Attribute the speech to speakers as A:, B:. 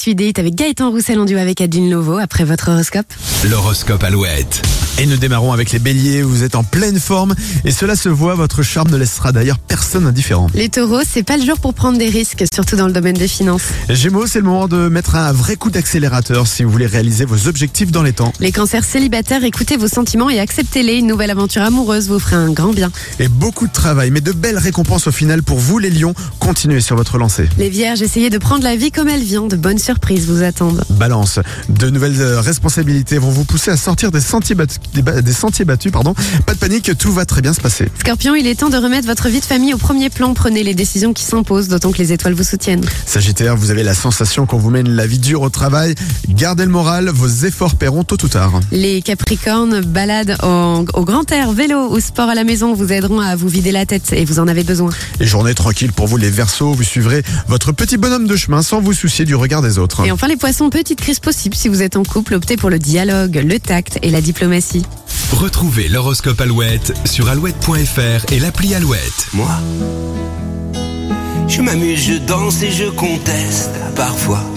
A: suis date avec Gaëtan Roussel en duo avec Adine Lovo après votre horoscope.
B: L'horoscope Alouette. Et nous démarrons avec les béliers, vous êtes en pleine forme et cela se voit, votre charme ne laissera d'ailleurs personne indifférent.
A: Les taureaux, c'est pas le jour pour prendre des risques, surtout dans le domaine des finances.
B: Gémeaux, c'est le moment de mettre un vrai coup d'accélérateur si vous voulez réaliser vos objectifs dans les temps.
A: Les cancers célibataires, écoutez vos sentiments et acceptez-les. Une nouvelle aventure amoureuse vous fera un grand bien.
B: Et beaucoup de travail, mais de belles récompenses au final pour vous les lions. Continuez sur votre lancée.
A: Les vierges, essayez de prendre la vie comme elle vient. De bonnes surprises vous attendent.
B: Balance, de nouvelles euh, responsabilités vont vous pousser à sortir des sentiers battus. Des, ba- des sentiers battus pardon. Pas de panique, tout va très bien se passer.
A: Scorpion, il est temps de remettre votre vie de famille au premier plan. Prenez les décisions qui s'imposent, d'autant que les étoiles vous soutiennent.
B: Sagittaire, vous avez la sensation qu'on vous mène la vie dure au travail. Gardez le moral, vos efforts paieront tôt ou tard.
A: Les capricornes, balades en- au grand air, vélo ou sport à la maison vous aideront à vous vider la tête et vous en avez besoin.
B: Et journée tranquille pour vous les Verseaux, vous suivrez votre petit bonhomme de chemin sans vous soucier du regard des autres.
A: Et enfin les poissons, petite crise possible si vous êtes en couple, optez pour le dialogue, le tact et la diplomatie.
C: Retrouvez l'horoscope Alouette sur alouette.fr et l'appli Alouette.
D: Moi, je m'amuse, je danse et je conteste parfois.